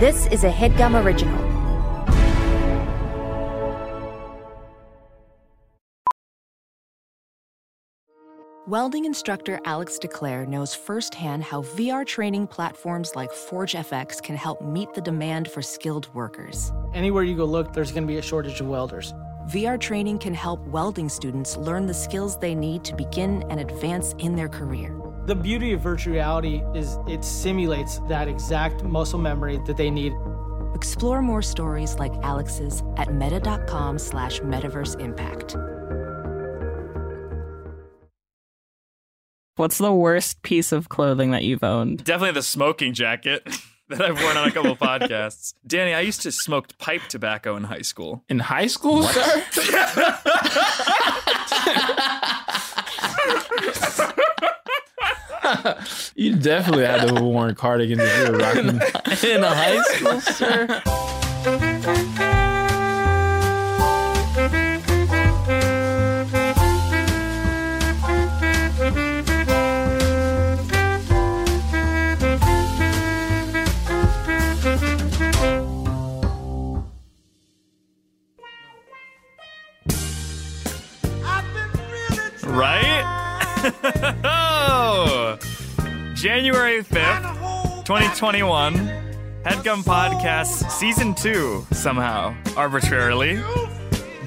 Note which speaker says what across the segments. Speaker 1: This is a headgum original.
Speaker 2: Welding instructor Alex DeClaire knows firsthand how VR training platforms like ForgeFX can help meet the demand for skilled workers.
Speaker 3: Anywhere you go look, there's going to be a shortage of welders.
Speaker 2: VR training can help welding students learn the skills they need to begin and advance in their career.
Speaker 3: The beauty of virtual reality is it simulates that exact muscle memory that they need.
Speaker 2: Explore more stories like Alex's at meta.com slash metaverse impact.
Speaker 4: What's the worst piece of clothing that you've owned?
Speaker 5: Definitely the smoking jacket that I've worn on a couple podcasts. Danny, I used to smoke pipe tobacco in high school.
Speaker 6: In high school, sir? you definitely had to have worn cardigans if you were rocking
Speaker 4: In a high school, sir?
Speaker 5: Right? oh! January 5th, 2021, Headgum Podcast Season 2, somehow, arbitrarily.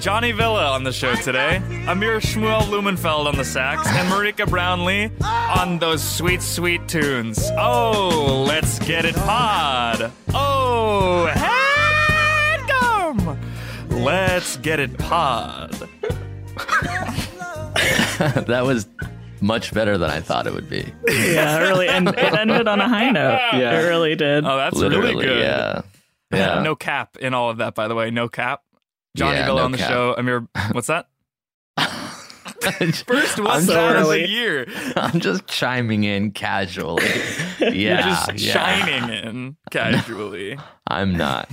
Speaker 5: Johnny Villa on the show today, Amir Shmuel Blumenfeld on the sax, and Marika Brownlee on those sweet, sweet tunes. Oh, let's get it pod. Oh, Headgum! Let's get it pod.
Speaker 7: that was much better than I thought it would be.
Speaker 4: Yeah, it really. And it ended on a high note.
Speaker 6: Yeah.
Speaker 4: It really did.
Speaker 5: Oh, that's
Speaker 7: Literally,
Speaker 5: really good.
Speaker 7: yeah. Yeah.
Speaker 5: No cap in all of that, by the way. No cap. Johnny
Speaker 7: Uh, Yeah,
Speaker 5: Villa
Speaker 7: no
Speaker 5: on the
Speaker 7: cap.
Speaker 5: show. Amir, what's that? First, what's
Speaker 7: I'm
Speaker 5: that of
Speaker 4: sorry.
Speaker 5: the year?
Speaker 7: I'm just chiming in casually. Yeah,
Speaker 5: You're just
Speaker 7: Ah, yeah.
Speaker 5: shining in casually. Uh,
Speaker 7: I'm not.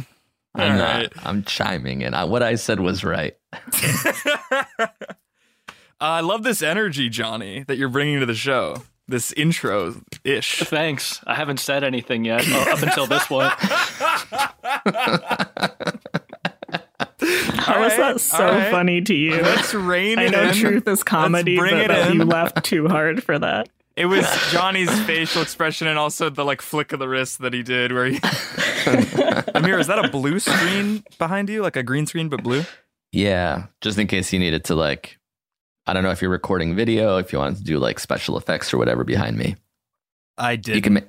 Speaker 7: I'm
Speaker 5: All
Speaker 7: not.
Speaker 5: right.
Speaker 7: I'm chiming in. I, what I said was right.
Speaker 5: Uh, I love this energy, Johnny, that you're bringing to the show. This intro ish.
Speaker 8: Thanks. I haven't said anything yet uh, up until this point.
Speaker 4: How is that so funny to you?
Speaker 5: Let's rein
Speaker 4: I
Speaker 5: it
Speaker 4: know
Speaker 5: in.
Speaker 4: truth is comedy,
Speaker 5: bring
Speaker 4: but
Speaker 5: it
Speaker 4: that
Speaker 5: in.
Speaker 4: you laughed too hard for that.
Speaker 5: It was Johnny's facial expression and also the like flick of the wrist that he did where he Amir, is that a blue screen behind you? Like a green screen but blue?
Speaker 7: Yeah, just in case you needed to like, I don't know if you're recording video, if you wanted to do like special effects or whatever behind me,
Speaker 5: I did.
Speaker 7: you can. Ma-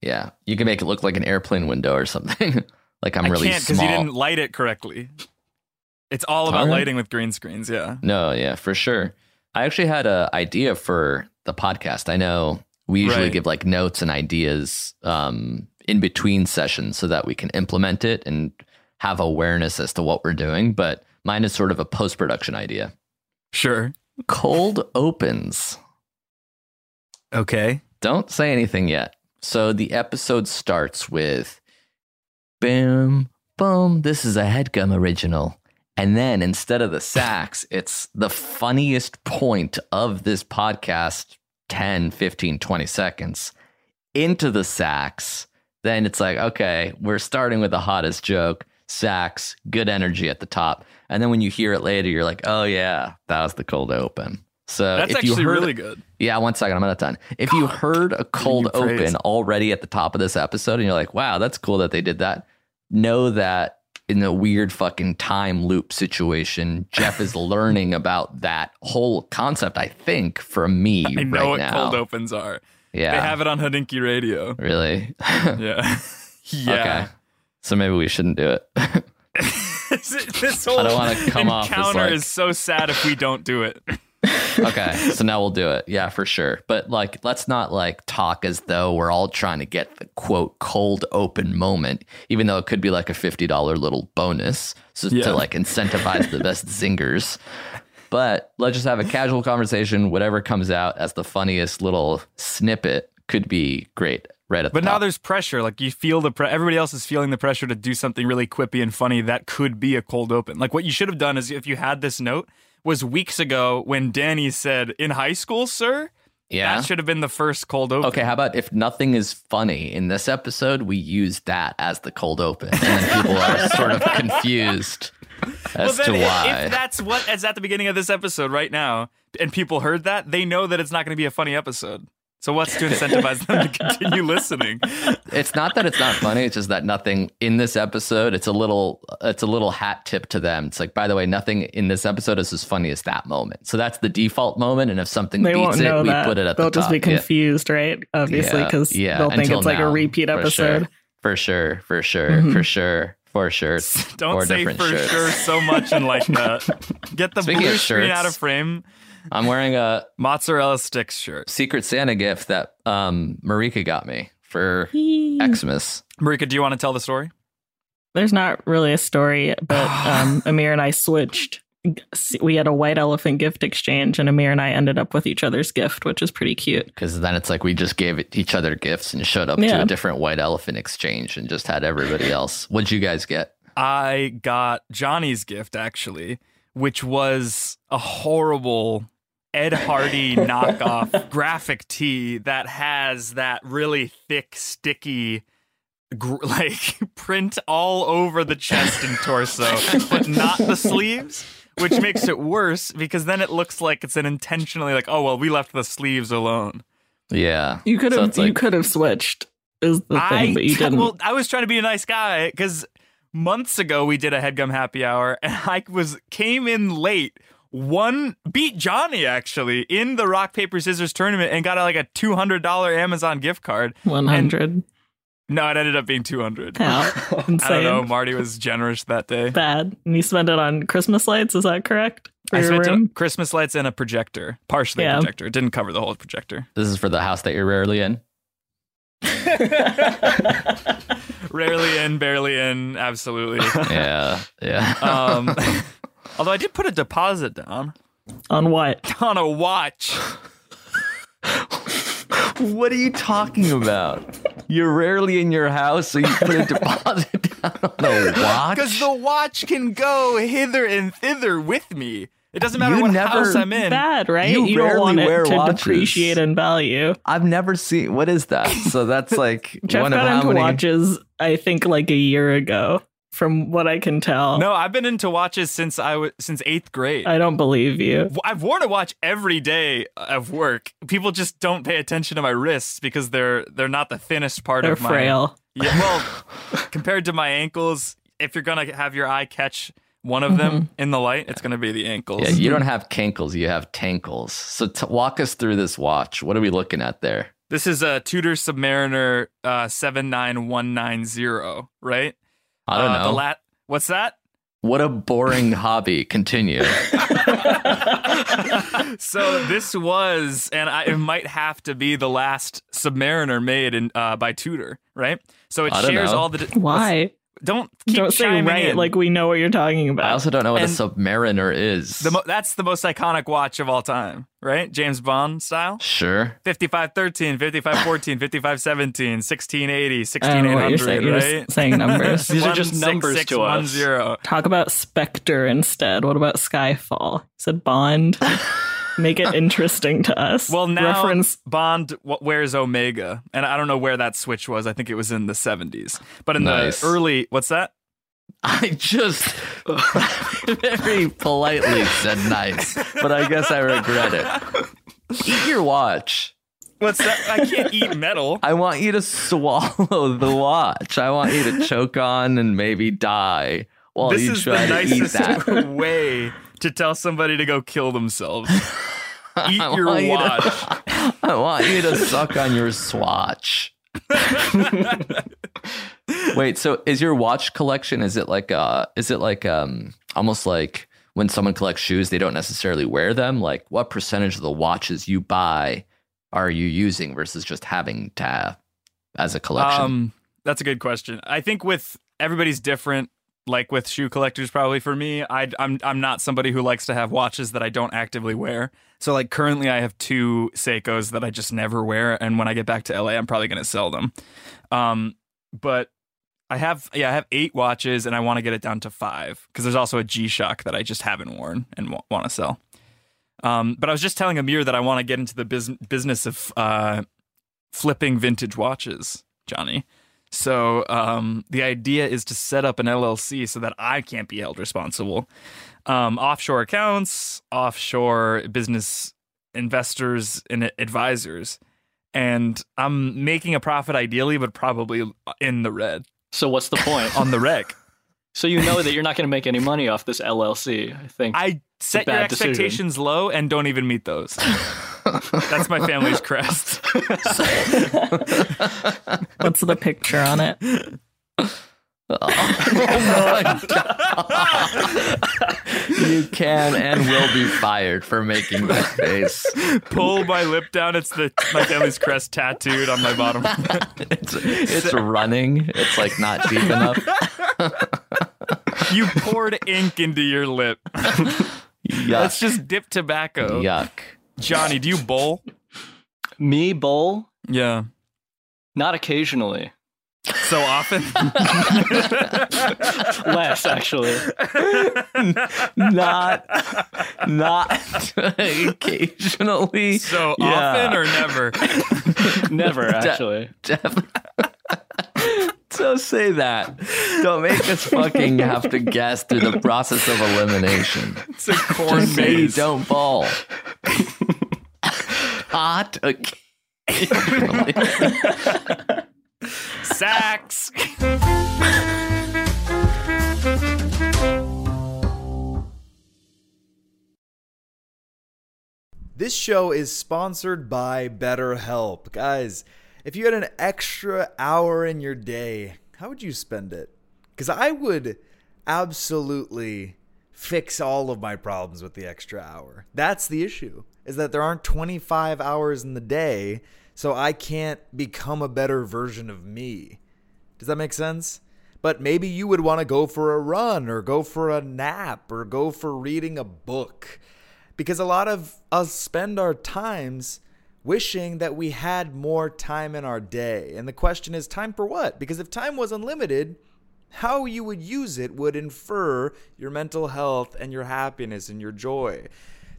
Speaker 7: yeah, you can make it look like an airplane window or something. like I'm
Speaker 5: I
Speaker 7: really
Speaker 5: can't
Speaker 7: small.
Speaker 5: you didn't light it correctly. It's all about
Speaker 7: Alright.
Speaker 5: lighting with green screens, yeah.
Speaker 7: No, yeah, for sure. I actually had a idea for the podcast. I know we usually
Speaker 5: Right.
Speaker 7: give like notes and ideas um, in between sessions so that we can implement it and have awareness as to what we're doing. But mine is sort of a post production idea.
Speaker 5: Sure.
Speaker 7: Cold opens.
Speaker 5: Okay.
Speaker 7: Don't say anything yet. So the episode starts with boom, boom. This is a headgum original. And then instead of the sax, it's the funniest point of this podcast 10, 15, 20 seconds into the sax. Then it's like, okay, we're starting with the hottest joke, sax, good energy at the top. And then when you hear it later, you're like, oh, yeah, that was the cold open. So
Speaker 5: That's
Speaker 7: Uh, if you
Speaker 5: actually
Speaker 7: heard
Speaker 5: really good.
Speaker 7: yeah, one second. I'm not done. If you heard a cold
Speaker 5: you praise.
Speaker 7: open already at the top of this episode and you're like, wow, that's cool that they did that, know that in a weird fucking time loop situation, Jeff is learning about that whole concept, I think, from me
Speaker 5: I know
Speaker 7: right
Speaker 5: what
Speaker 7: now.
Speaker 5: cold opens are.
Speaker 7: Yeah.
Speaker 5: They have it on Hadinki Radio.
Speaker 7: really?
Speaker 5: Yeah. yeah.
Speaker 7: Okay. So maybe we shouldn't do it.
Speaker 5: this whole
Speaker 7: I don't wanna come off as,
Speaker 5: encounter
Speaker 7: like-
Speaker 5: is so sad if we don't do it.
Speaker 7: okay. So now we'll do it. Yeah, for sure. But like, let's not like talk as though we're all trying to get the quote cold open moment, even though it could be like a $50 little bonus so
Speaker 5: Yeah.
Speaker 7: to like incentivize the best zingers. But let's just have a casual conversation. Whatever comes out as the funniest little snippet could be great right at
Speaker 5: But
Speaker 7: the
Speaker 5: now
Speaker 7: top.
Speaker 5: there's pressure. Like you feel the pre- everybody else is feeling the pressure to do something really quippy and funny that could be a cold open. Like what you should have done is if you had this note was weeks ago when Danny said in high school, sir,
Speaker 7: Yeah.
Speaker 5: That should have been the first cold open.
Speaker 7: Okay, how about if nothing is funny in this episode, we use that as the cold open, and then people are sort of confused
Speaker 5: Well,
Speaker 7: as
Speaker 5: then
Speaker 7: to
Speaker 5: if-
Speaker 7: why.
Speaker 5: If that's what is at the beginning of this episode right now, and people heard that, they know that it's not going to be a funny episode. So what's to incentivize them to continue listening?
Speaker 7: it's not that it's not funny; it's just that nothing in this episode. It's a little, it's a little hat tip to them. It's like, by the way, nothing in this episode is as funny as that moment. So that's the default moment, and if something
Speaker 4: They
Speaker 7: beats
Speaker 4: won't
Speaker 7: it,
Speaker 4: know
Speaker 7: we
Speaker 4: that.
Speaker 7: put it at
Speaker 4: they'll
Speaker 7: the top.
Speaker 4: just be
Speaker 7: Yeah.
Speaker 4: confused, right? Obviously,
Speaker 7: Yeah,
Speaker 4: because
Speaker 7: yeah,
Speaker 4: they'll think
Speaker 7: until
Speaker 4: it's like a
Speaker 7: now,
Speaker 4: repeat
Speaker 7: for sure.
Speaker 4: episode. Mm-hmm.
Speaker 7: For sure, for sure, for sure, for sure.
Speaker 5: Don't
Speaker 7: Four
Speaker 5: say
Speaker 7: different
Speaker 5: for
Speaker 7: shirts.
Speaker 5: sure so much and like that. Get the
Speaker 7: Speaking
Speaker 5: blue
Speaker 7: of
Speaker 5: screen
Speaker 7: shirts.
Speaker 5: out of frame.
Speaker 7: I'm wearing a
Speaker 5: Mozzarella sticks shirt.
Speaker 7: Secret Santa gift that um, Marika got me for Xmas.
Speaker 5: Marika, do you want to tell the story?
Speaker 4: There's not really a story, but um, Amir and I switched. We had a white elephant gift exchange, and Amir and I ended up with each other's gift, which is pretty cute.
Speaker 7: Because then it's like we just gave it- each other gifts and showed up to
Speaker 4: Yeah.
Speaker 7: a different white elephant exchange and just had everybody else. What'd you guys get?
Speaker 5: I got Johnny's gift actually, which was a horrible Ed Hardy knockoff graphic tee that has that really thick, sticky, gr- like print all over the chest and torso, but not the sleeves. Which makes it worse because then it looks like it's an intentionally like, oh well, we left the sleeves alone.
Speaker 7: Yeah.
Speaker 4: You could
Speaker 7: So
Speaker 4: have
Speaker 7: it's like-
Speaker 4: you could have switched is the thing, but you didn't.
Speaker 5: Well, I was trying to be a nice guy because months ago we did a headgum happy hour, and I was came in late. One beat Johnny actually in the rock paper scissors tournament and got like a two hundred dollar Amazon gift card.
Speaker 4: One hundred.
Speaker 5: No, it ended up being two hundred.
Speaker 4: How
Speaker 5: I don't
Speaker 4: insane.
Speaker 5: know. Marty was generous that day.
Speaker 4: Bad. And you spent it on Christmas lights. Is that correct? For
Speaker 5: I
Speaker 4: your
Speaker 5: spent
Speaker 4: room?
Speaker 5: Christmas lights and a projector, partially
Speaker 4: Yeah.
Speaker 5: projector. It didn't cover the whole projector.
Speaker 7: This is for the house that you're rarely in.
Speaker 5: Rarely in, barely in, absolutely.
Speaker 7: Yeah. Yeah.
Speaker 5: Um, although I did put a deposit down
Speaker 4: on what?
Speaker 5: on a watch.
Speaker 7: Um, what are you talking about? You're rarely in your house, so you put a deposit down on a watch.
Speaker 5: Because the watch can go hither and thither with me. It doesn't matter
Speaker 7: You
Speaker 5: what
Speaker 7: never-
Speaker 5: house I'm in.
Speaker 4: Bad, right? don't
Speaker 7: you rarely
Speaker 4: want
Speaker 7: wear
Speaker 4: it to
Speaker 7: watches.
Speaker 4: depreciate in value.
Speaker 7: I've never seen. What is that? So that's like
Speaker 4: Jeff
Speaker 7: one of
Speaker 4: got
Speaker 7: how
Speaker 4: into
Speaker 7: many?
Speaker 4: watches, I think, like a year ago, from what I can tell.
Speaker 5: No, I've been into watches since I was since eighth grade. I-
Speaker 4: I don't believe you.
Speaker 5: have worn a watch every day of work. People just don't pay attention to my wrists because they're they're not the thinnest part
Speaker 4: They're
Speaker 5: of my.
Speaker 4: frail.
Speaker 5: Yeah, well, compared to my ankles, if you're gonna have your eye catch one of them in the light, it's gonna be the ankles.
Speaker 7: Yeah, you don't have cankles, you have tankles. So t- walk us through this watch. What are we looking at there?
Speaker 5: This is a Tudor Submariner uh, seven nine one nine zero, right?
Speaker 7: I don't
Speaker 5: uh, The
Speaker 7: know.
Speaker 5: lat. What's that?
Speaker 7: what a boring hobby. Continue.
Speaker 5: So this was, and I, it might have to be the last Submariner made in, uh, by Tudor, right? So it
Speaker 7: I don't
Speaker 5: shares
Speaker 7: know.
Speaker 5: all the.
Speaker 4: Why?
Speaker 5: Don't keep
Speaker 4: don't say
Speaker 5: chiming
Speaker 4: right
Speaker 5: in.
Speaker 4: like we know what you're talking about.
Speaker 7: I also don't know what
Speaker 5: And-
Speaker 7: a submariner is.
Speaker 5: the mo- that's the most iconic watch of all time, right? James Bond style.
Speaker 7: sure.
Speaker 5: 5513, 5514, 5517, 1680,
Speaker 4: I don't know Oh, what you're saying.
Speaker 5: 1600,
Speaker 4: You're
Speaker 5: right?
Speaker 4: just saying numbers.
Speaker 8: These are just
Speaker 5: 16610.
Speaker 8: numbers to us.
Speaker 4: Talk about Spectre instead. What about Skyfall? You said Bond. Make it interesting to us.
Speaker 5: Well, now
Speaker 4: reference
Speaker 5: Bond w- wears Omega, and I don't know where that switch was. I think it was in the 70s. But in
Speaker 7: Nice.
Speaker 5: the early, what's that?
Speaker 7: I just very politely said nice, but I guess I regret it. Eat your watch.
Speaker 5: What's that? I can't eat metal.
Speaker 7: I want you to swallow the watch. I want you to choke on and maybe die while
Speaker 5: this
Speaker 7: you
Speaker 5: is
Speaker 7: try
Speaker 5: the
Speaker 7: to eat
Speaker 5: nicest
Speaker 7: that.
Speaker 5: way to tell somebody to go kill themselves. Eat
Speaker 7: I
Speaker 5: your
Speaker 7: want you to-
Speaker 5: watch.
Speaker 7: I want you to suck on your swatch. Wait, so is your watch collection is it like uh is it like um almost like when someone collects shoes they don't necessarily wear them? Like what percentage of the watches you buy are you using versus just having to have as a collection?
Speaker 5: Um, that's a good question. I think with everybody's different. Like with shoe collectors, probably for me, I, I'm I'm not somebody who likes to have watches that I don't actively wear. So like currently, I have two Seikos that I just never wear, and when I get back to LA, I'm probably gonna sell them. Um, but I have yeah, I have eight watches, and I want to get it down to five because there's also a G Shock that I just haven't worn and w- want to sell.
Speaker 9: Um, but I was just telling Amir that I want to get into the bus- business of uh, flipping vintage watches, Johnny. So um, the idea is to set up an LLC so that I can't be held responsible. Um, offshore accounts, offshore business investors and advisors. And I'm making a profit ideally, but probably in the red,
Speaker 8: So what's the point? Um,
Speaker 9: on the wreck.
Speaker 8: so you know that you're not going to make any money off this LLC. I think.
Speaker 9: I set your
Speaker 8: bad decision.
Speaker 9: expectations low and don't even meet those. That's my family's crest.
Speaker 4: What's the picture on it?
Speaker 7: you can and will be fired for making that face.
Speaker 9: Pull my lip down. It's the my family's crest tattooed on my bottom.
Speaker 7: It's, it's running. It's like not deep enough.
Speaker 9: you poured ink into your lip. Let's
Speaker 7: Yuck.
Speaker 9: just dip tobacco.
Speaker 7: Yuck.
Speaker 9: Johnny, do you bowl?
Speaker 8: Me bowl?
Speaker 9: Yeah.
Speaker 8: Not occasionally.
Speaker 9: So often.
Speaker 8: Less actually.
Speaker 7: Not, not occasionally.
Speaker 9: So
Speaker 7: Yeah.
Speaker 9: often or never.
Speaker 8: Never actually.
Speaker 7: Def- Don't say that. Don't make us fucking have to guess through the process of elimination.
Speaker 9: It's a corn
Speaker 7: Just say you
Speaker 9: maze.
Speaker 7: don't ball. Hot occasionally.
Speaker 9: Sacks.
Speaker 5: This show is sponsored by BetterHelp. Guys, if you had an extra hour in your day, how would you spend it? Because I would absolutely fix all of my problems with the extra hour. That's the issue, is that there aren't 25 hours in the day, so I can't become a better version of me. Does that make sense? But maybe you would want to go for a run or go for a nap or go for reading a book. Because a lot of us spend our times wishing that we had more time in our day. And the question is time for what? Because if time was unlimited, how you would use it would infer your mental health and your happiness and your joy.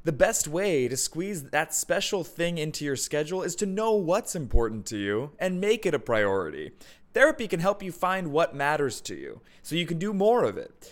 Speaker 5: The best way to squeeze that special thing into your schedule is to know what's important to you and make it a priority. Therapy can help you find what matters to you so you can do more of it.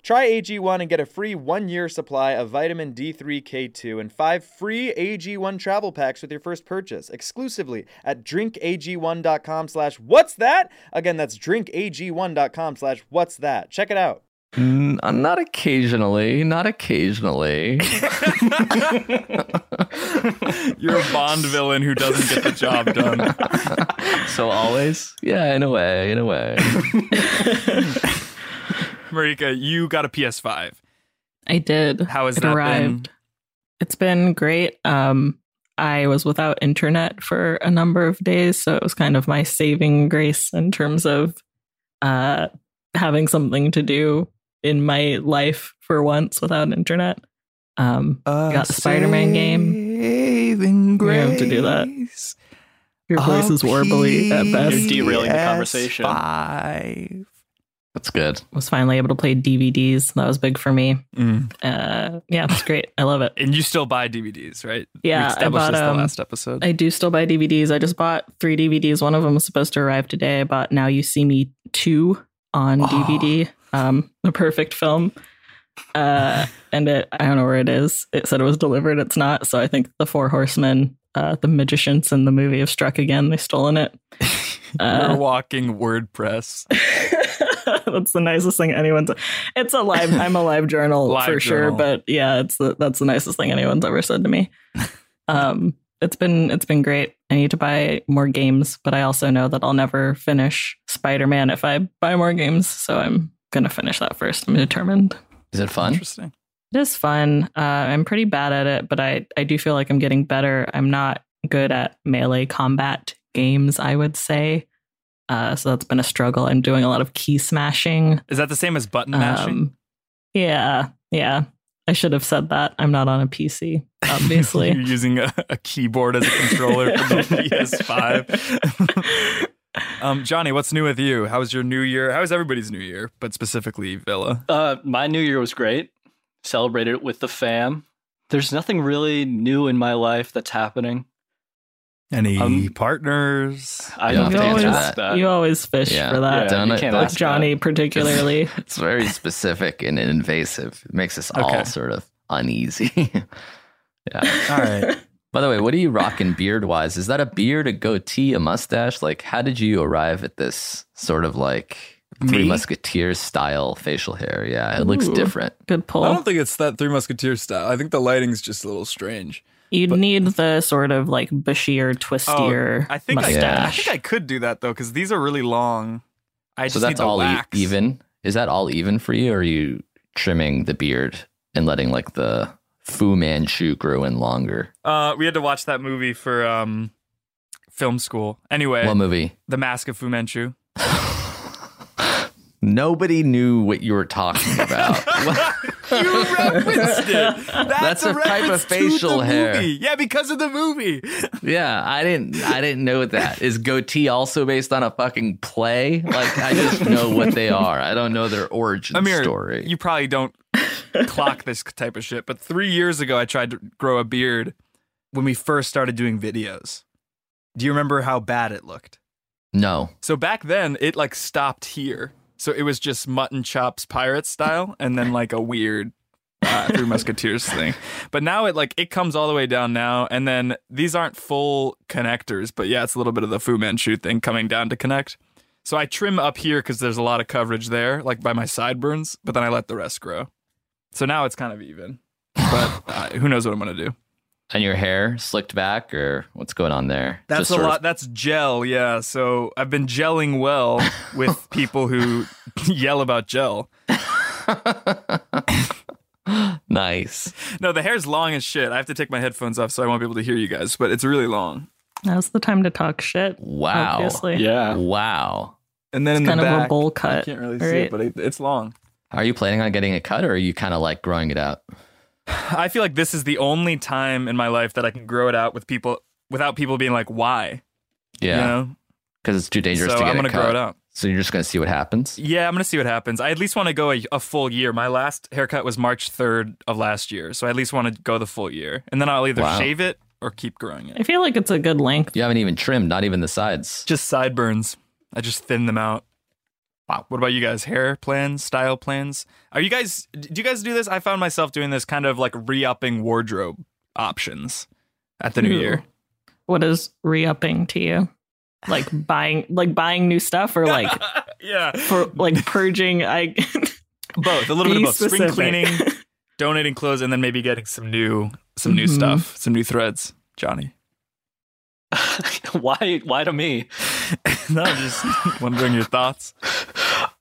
Speaker 5: Try AG1 and get a free one year supply of vitamin D3K2 and five free AG1 travel packs with your first purchase exclusively at drinkag1.com slash what's that? Again, that's drinkag1.com slash what's that. Check it out.
Speaker 7: N- uh, not occasionally. Not occasionally.
Speaker 9: You're a Bond villain who doesn't get the job done.
Speaker 7: So always? Yeah, in a way, in a way.
Speaker 9: Marika, you got a PS5.
Speaker 4: I did.
Speaker 9: How has
Speaker 4: it
Speaker 9: that
Speaker 4: arrived?
Speaker 9: been?
Speaker 4: It's been great. Um, I was without internet for a number of days, so it was kind of my saving grace in terms of uh, having something to do in my life for once without internet. Um, got the Spider-Man game.
Speaker 7: game.
Speaker 4: We have to do that. Your voice is warbly at
Speaker 8: You're
Speaker 4: best.
Speaker 8: derailing the conversation.
Speaker 7: Five. That's good.
Speaker 4: Was finally able to play DVDs. That was big for me.
Speaker 9: Mm.
Speaker 4: Uh, yeah, it's great. I love it.
Speaker 9: And you still buy DVDs, right?
Speaker 4: Yeah,
Speaker 9: we
Speaker 4: I
Speaker 9: established
Speaker 4: bought,
Speaker 9: this the
Speaker 4: um,
Speaker 9: last episode.
Speaker 4: I do still buy DVDs. I just bought three DVDs. One of them was supposed to arrive today. I bought Now You See Me 2 on
Speaker 9: Oh.
Speaker 4: DVD, um, the perfect film. Uh, and it, I don't know where it is. It said it was delivered. It's not. So I think the Four Horsemen, uh, the magicians in the movie have struck again. They've stolen it.
Speaker 9: You're
Speaker 4: Uh,
Speaker 9: walking WordPress.
Speaker 4: that's the nicest thing anyone's. It's a live. I'm a live journal
Speaker 9: Live
Speaker 4: for sure.
Speaker 9: journal.
Speaker 4: But yeah, it's the, that's the nicest thing anyone's ever said to me. Um, it's been it's been great. I need to buy more games, but I also know that I'll never finish Spider Man if I buy more games. So I'm gonna finish that first. I'm determined.
Speaker 7: Is it fun?
Speaker 9: Interesting.
Speaker 4: It is fun. Uh, I'm pretty bad at it, but I, I do feel like I'm getting better. I'm not good at melee combat games, I would say. Uh, so that's been a struggle. I'm doing a lot of key smashing.
Speaker 9: Is that the same as button mashing?
Speaker 4: Um, yeah, yeah. I should have said that. I'm not on a PC,
Speaker 9: You're
Speaker 4: obviously.
Speaker 9: using a, a keyboard as a controller for the PS5. um, Johnny, what's new with you? How was your new year? How was everybody's new year, but specifically Villa?
Speaker 8: Uh, my New Year was great. Celebrated it with the fam. There's nothing really new in my life that's happening.
Speaker 9: Any
Speaker 8: Um,
Speaker 9: partners?
Speaker 8: I
Speaker 7: You
Speaker 8: don't
Speaker 7: don't have
Speaker 8: think
Speaker 7: to
Speaker 8: I
Speaker 7: answer
Speaker 8: asked that.
Speaker 4: you always fish
Speaker 7: Yeah.
Speaker 4: for that.
Speaker 7: Done
Speaker 8: you
Speaker 7: it.
Speaker 8: can't
Speaker 4: Like
Speaker 8: ask that.
Speaker 4: Johnny, particularly.
Speaker 7: It's very specific and invasive. It makes us
Speaker 9: Okay.
Speaker 7: all sort of uneasy. yeah.
Speaker 9: All right.
Speaker 7: By the way, what are you rocking beard wise? Is that a beard, a goatee, a mustache? Like, how did you arrive at this sort of like Three
Speaker 9: Me?
Speaker 7: Musketeers style facial hair? Yeah, it looks
Speaker 4: Ooh.
Speaker 7: different.
Speaker 4: Good pull.
Speaker 10: I don't think it's that Three Musketeers style. I think the lighting's just a little strange.
Speaker 4: You'd need the sort of like bushier, twistier
Speaker 9: Oh, I think I, I
Speaker 4: mustache.
Speaker 9: think I could do that though, because these are really long. I just
Speaker 7: so
Speaker 9: need
Speaker 7: that's
Speaker 9: the
Speaker 7: all e-
Speaker 9: wax.
Speaker 7: even. Is that all even for you? Or are you trimming the beard and letting like the Fu Manchu grow in longer?
Speaker 9: Uh, we had to watch that movie for um, film school. Anyway,
Speaker 7: What movie?
Speaker 9: The Mask of Fu Manchu.
Speaker 7: Nobody knew what you were talking about.
Speaker 9: you referenced it. That's,
Speaker 7: That's a type
Speaker 9: reference
Speaker 7: of
Speaker 9: to
Speaker 7: facial
Speaker 9: the
Speaker 7: hair.
Speaker 9: movie. Yeah, because of the movie.
Speaker 7: yeah, I didn't. I didn't know that. Is goatee also based on a fucking play? Like, I just know what they are. I don't know their origin
Speaker 9: Amir,
Speaker 7: story.
Speaker 9: you probably don't clock this type of shit, but three years ago, I tried to grow a beard when we first started doing videos. Do you remember how bad it looked?
Speaker 7: no.
Speaker 9: So back then, it like stopped here. So it was just mutton chops pirate style, and then like a weird uh, Three Musketeers thing. But now it like it comes all the way down now, and then these aren't full connectors, but yeah, it's a little bit of the Fu Manchu thing coming down to connect. So I trim up here because there's a lot of coverage there, like by my sideburns, but then I let the rest grow. So now it's kind of even. But uh, who knows what I'm gonna do?
Speaker 7: And your hair slicked back, or what's going on there?
Speaker 9: That's
Speaker 7: Just
Speaker 9: a
Speaker 7: sort of-
Speaker 9: lot. That's gel, yeah. So I've been gelling well
Speaker 4: Oh.
Speaker 9: with people who yell about gel.
Speaker 7: nice.
Speaker 9: No, the hair's long as shit. I have to take my headphones off so I won't be able to hear you guys, but it's really long.
Speaker 4: Now's the time to talk shit.
Speaker 7: Wow.
Speaker 4: Obviously.
Speaker 8: Yeah.
Speaker 7: Wow.
Speaker 9: And then in
Speaker 4: It's
Speaker 9: the
Speaker 4: kind of a
Speaker 9: back,
Speaker 4: bowl
Speaker 9: I
Speaker 4: cut.
Speaker 9: can't really see
Speaker 4: right?
Speaker 9: it, but it, it's long.
Speaker 7: Are you planning on getting it cut, or are you kind of like growing it out?
Speaker 9: I feel like this is the only time in my life that I can grow it out with people without people being like, "Why?" You
Speaker 7: Yeah,
Speaker 9: know?
Speaker 7: because it's too dangerous
Speaker 9: so
Speaker 7: to get
Speaker 9: I'm gonna
Speaker 7: it cut.
Speaker 9: grow it out.
Speaker 7: So you're just gonna see what happens.
Speaker 9: Yeah, I'm gonna see what happens. I at least want to go a, a full year. My last haircut was March 3rd of last year, so I at least want to go the full year, and then I'll either
Speaker 7: Wow.
Speaker 9: shave it or keep growing it.
Speaker 4: I feel like it's a good length.
Speaker 7: You haven't even trimmed, not even the sides.
Speaker 9: Just sideburns. I just thin them out. Wow. What about you guys? Hair plans, style plans? Are you guys? Do you guys do this? I found myself doing this kind of like re-upping wardrobe options at the new
Speaker 4: Ooh.
Speaker 9: year.
Speaker 4: What is re-upping to you? Like buying like buying new stuff or like
Speaker 9: Yeah,
Speaker 4: for like purging I
Speaker 9: both a little
Speaker 4: Be
Speaker 9: bit of both. Spring
Speaker 4: specific.
Speaker 9: cleaning, donating clothes, and then maybe getting some new some new
Speaker 4: Mhm.
Speaker 9: stuff, some new threads. Johnny.
Speaker 8: why? Why to me?
Speaker 9: no, I'm just wondering your thoughts.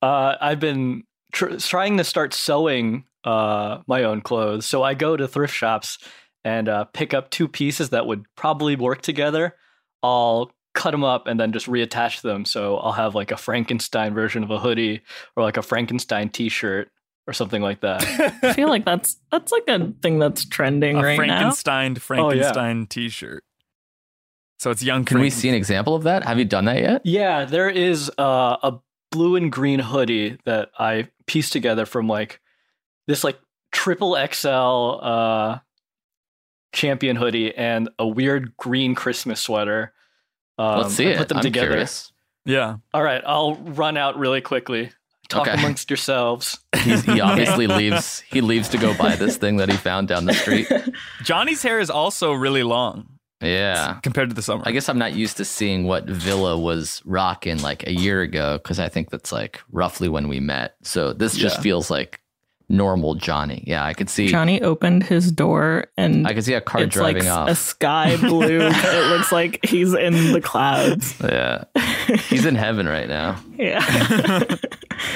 Speaker 8: Uh, I've been tr- trying to start sewing uh, my own clothes. So I go to thrift shops and uh, pick up two pieces that would probably work together. I'll cut them up and then just reattach them. So I'll have like a Frankenstein version of a hoodie or like a Frankenstein T-shirt or something like that.
Speaker 4: I feel like that's that's like a thing that's trending
Speaker 9: a
Speaker 4: right now.
Speaker 9: Frankenstein Frankenstein T-shirt. So it's young.
Speaker 7: Can we
Speaker 9: Franken-
Speaker 7: see an example of that? Have you done that yet?
Speaker 8: yeah, there is uh, a blue and green hoodie that I pieced together from like this like triple XL uh, champion hoodie and a weird green Christmas sweater. Um,
Speaker 7: Let's see
Speaker 8: I
Speaker 7: it.
Speaker 8: Put them
Speaker 7: I'm
Speaker 8: together.
Speaker 7: curious.
Speaker 9: Yeah.
Speaker 8: All right, I'll run out really quickly. Talk
Speaker 7: Okay.
Speaker 8: amongst yourselves.
Speaker 7: He's, he obviously leaves. He leaves to go buy this thing that he found down the street.
Speaker 9: Johnny's hair is also really long
Speaker 7: Yeah.
Speaker 9: compared to the summer.
Speaker 7: I guess I'm not used to seeing what Villa was rocking like a year ago because I think that's like roughly when we met. So this just
Speaker 9: Yeah.
Speaker 7: feels like normal Johnny. Yeah, I could see.
Speaker 4: Johnny opened his door and
Speaker 7: I could see a car
Speaker 4: it's
Speaker 7: driving
Speaker 4: like s-
Speaker 7: off.
Speaker 4: a sky blue. it looks like he's in the clouds.
Speaker 7: yeah, he's in heaven right now.
Speaker 4: Yeah.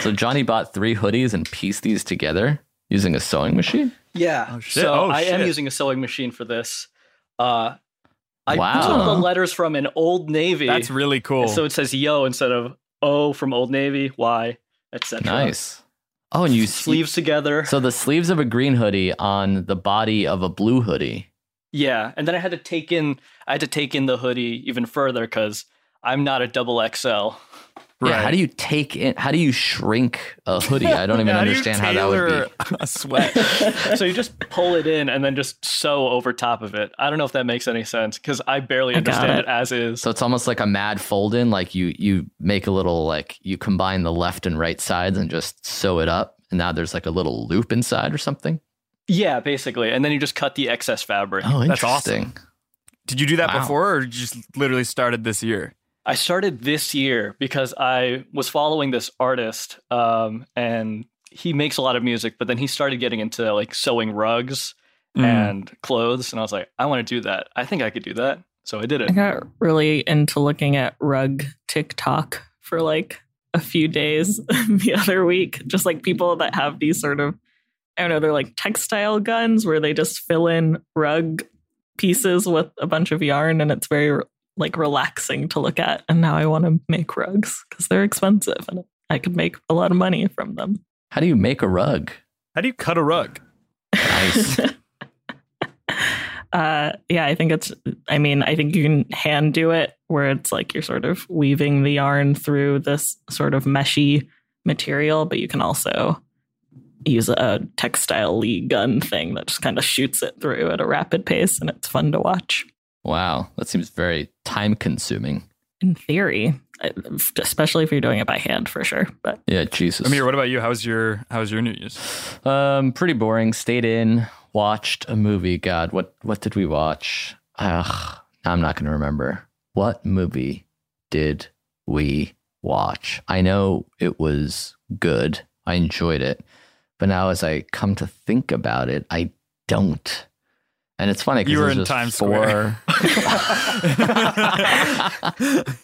Speaker 7: So Johnny bought three hoodies and pieced these together using a sewing machine.
Speaker 8: Yeah.
Speaker 9: Oh, shit.
Speaker 8: So
Speaker 9: Oh,
Speaker 8: I am
Speaker 9: shit.
Speaker 8: using a sewing machine for this. Uh, I
Speaker 7: Wow.
Speaker 8: took the letters from an Old Navy.
Speaker 9: That's really cool.
Speaker 8: and So it says yo instead of O from Old Navy, Y, etc.
Speaker 7: Nice. Oh, and you
Speaker 8: Sleeves together.
Speaker 7: So the sleeves of a green hoodie on the body of a blue hoodie.
Speaker 8: yeah. And then I had to take in I had to take in the hoodie even further because I'm not a double XL.
Speaker 7: Yeah, how do you take in? How do you shrink a hoodie? I don't even
Speaker 9: How do you
Speaker 7: understand how that would be.
Speaker 9: tailor A sweat.
Speaker 8: so you just pull it in and then just sew over top of it. I don't know if that makes any sense because I barely
Speaker 4: I got it.
Speaker 8: understand it as is.
Speaker 7: So it's almost like a mad fold in. Like you you make a little like you combine the left and right sides and just sew it up. And now there's like a little loop inside or something.
Speaker 8: Yeah, basically. And then you just cut the excess fabric.
Speaker 7: Oh,
Speaker 9: That's
Speaker 7: interesting.
Speaker 9: Did you do that
Speaker 7: Wow.
Speaker 9: before, or you just literally started this year?
Speaker 8: I started this year because I was following this artist, um, and he makes a lot of music. But then he started getting into like sewing rugs
Speaker 9: Mm.
Speaker 8: and clothes, and I was like, I want to do that. I think I could do that. So I did
Speaker 4: I
Speaker 8: it.
Speaker 4: got really into looking at rug TikTok for like a few days the other week. Just like people that have these sort of, I don't know, they're like textile guns where they just fill in rug pieces with a bunch of yarn and it's very like relaxing to look at. And now I want to make rugs because they're expensive and I could make a lot of money from them.
Speaker 7: How do you make a rug?
Speaker 9: How do you cut a rug?
Speaker 7: Nice.
Speaker 4: Uh, yeah, I think it's. I mean, I think you can hand do it, where it's like you're sort of weaving the yarn through this sort of meshy material, but you can also use a textile lead gun thing that just kind of shoots it through at a rapid pace, and it's fun to watch.
Speaker 7: wow, that seems very time consuming.
Speaker 4: In theory, especially if you're doing it by hand, for sure. But
Speaker 7: Yeah, Jesus.
Speaker 9: Amir, what about you? How's your How's your New Year's?
Speaker 7: Um, pretty boring. Stayed in, watched a movie. God, what what did we watch? Ugh, I'm not gonna remember. What movie did we watch? I know it was good. I enjoyed it, but now as I come to think about it, I don't. And it's funny because
Speaker 9: You were
Speaker 7: there's
Speaker 9: in
Speaker 7: just
Speaker 9: Times
Speaker 7: four-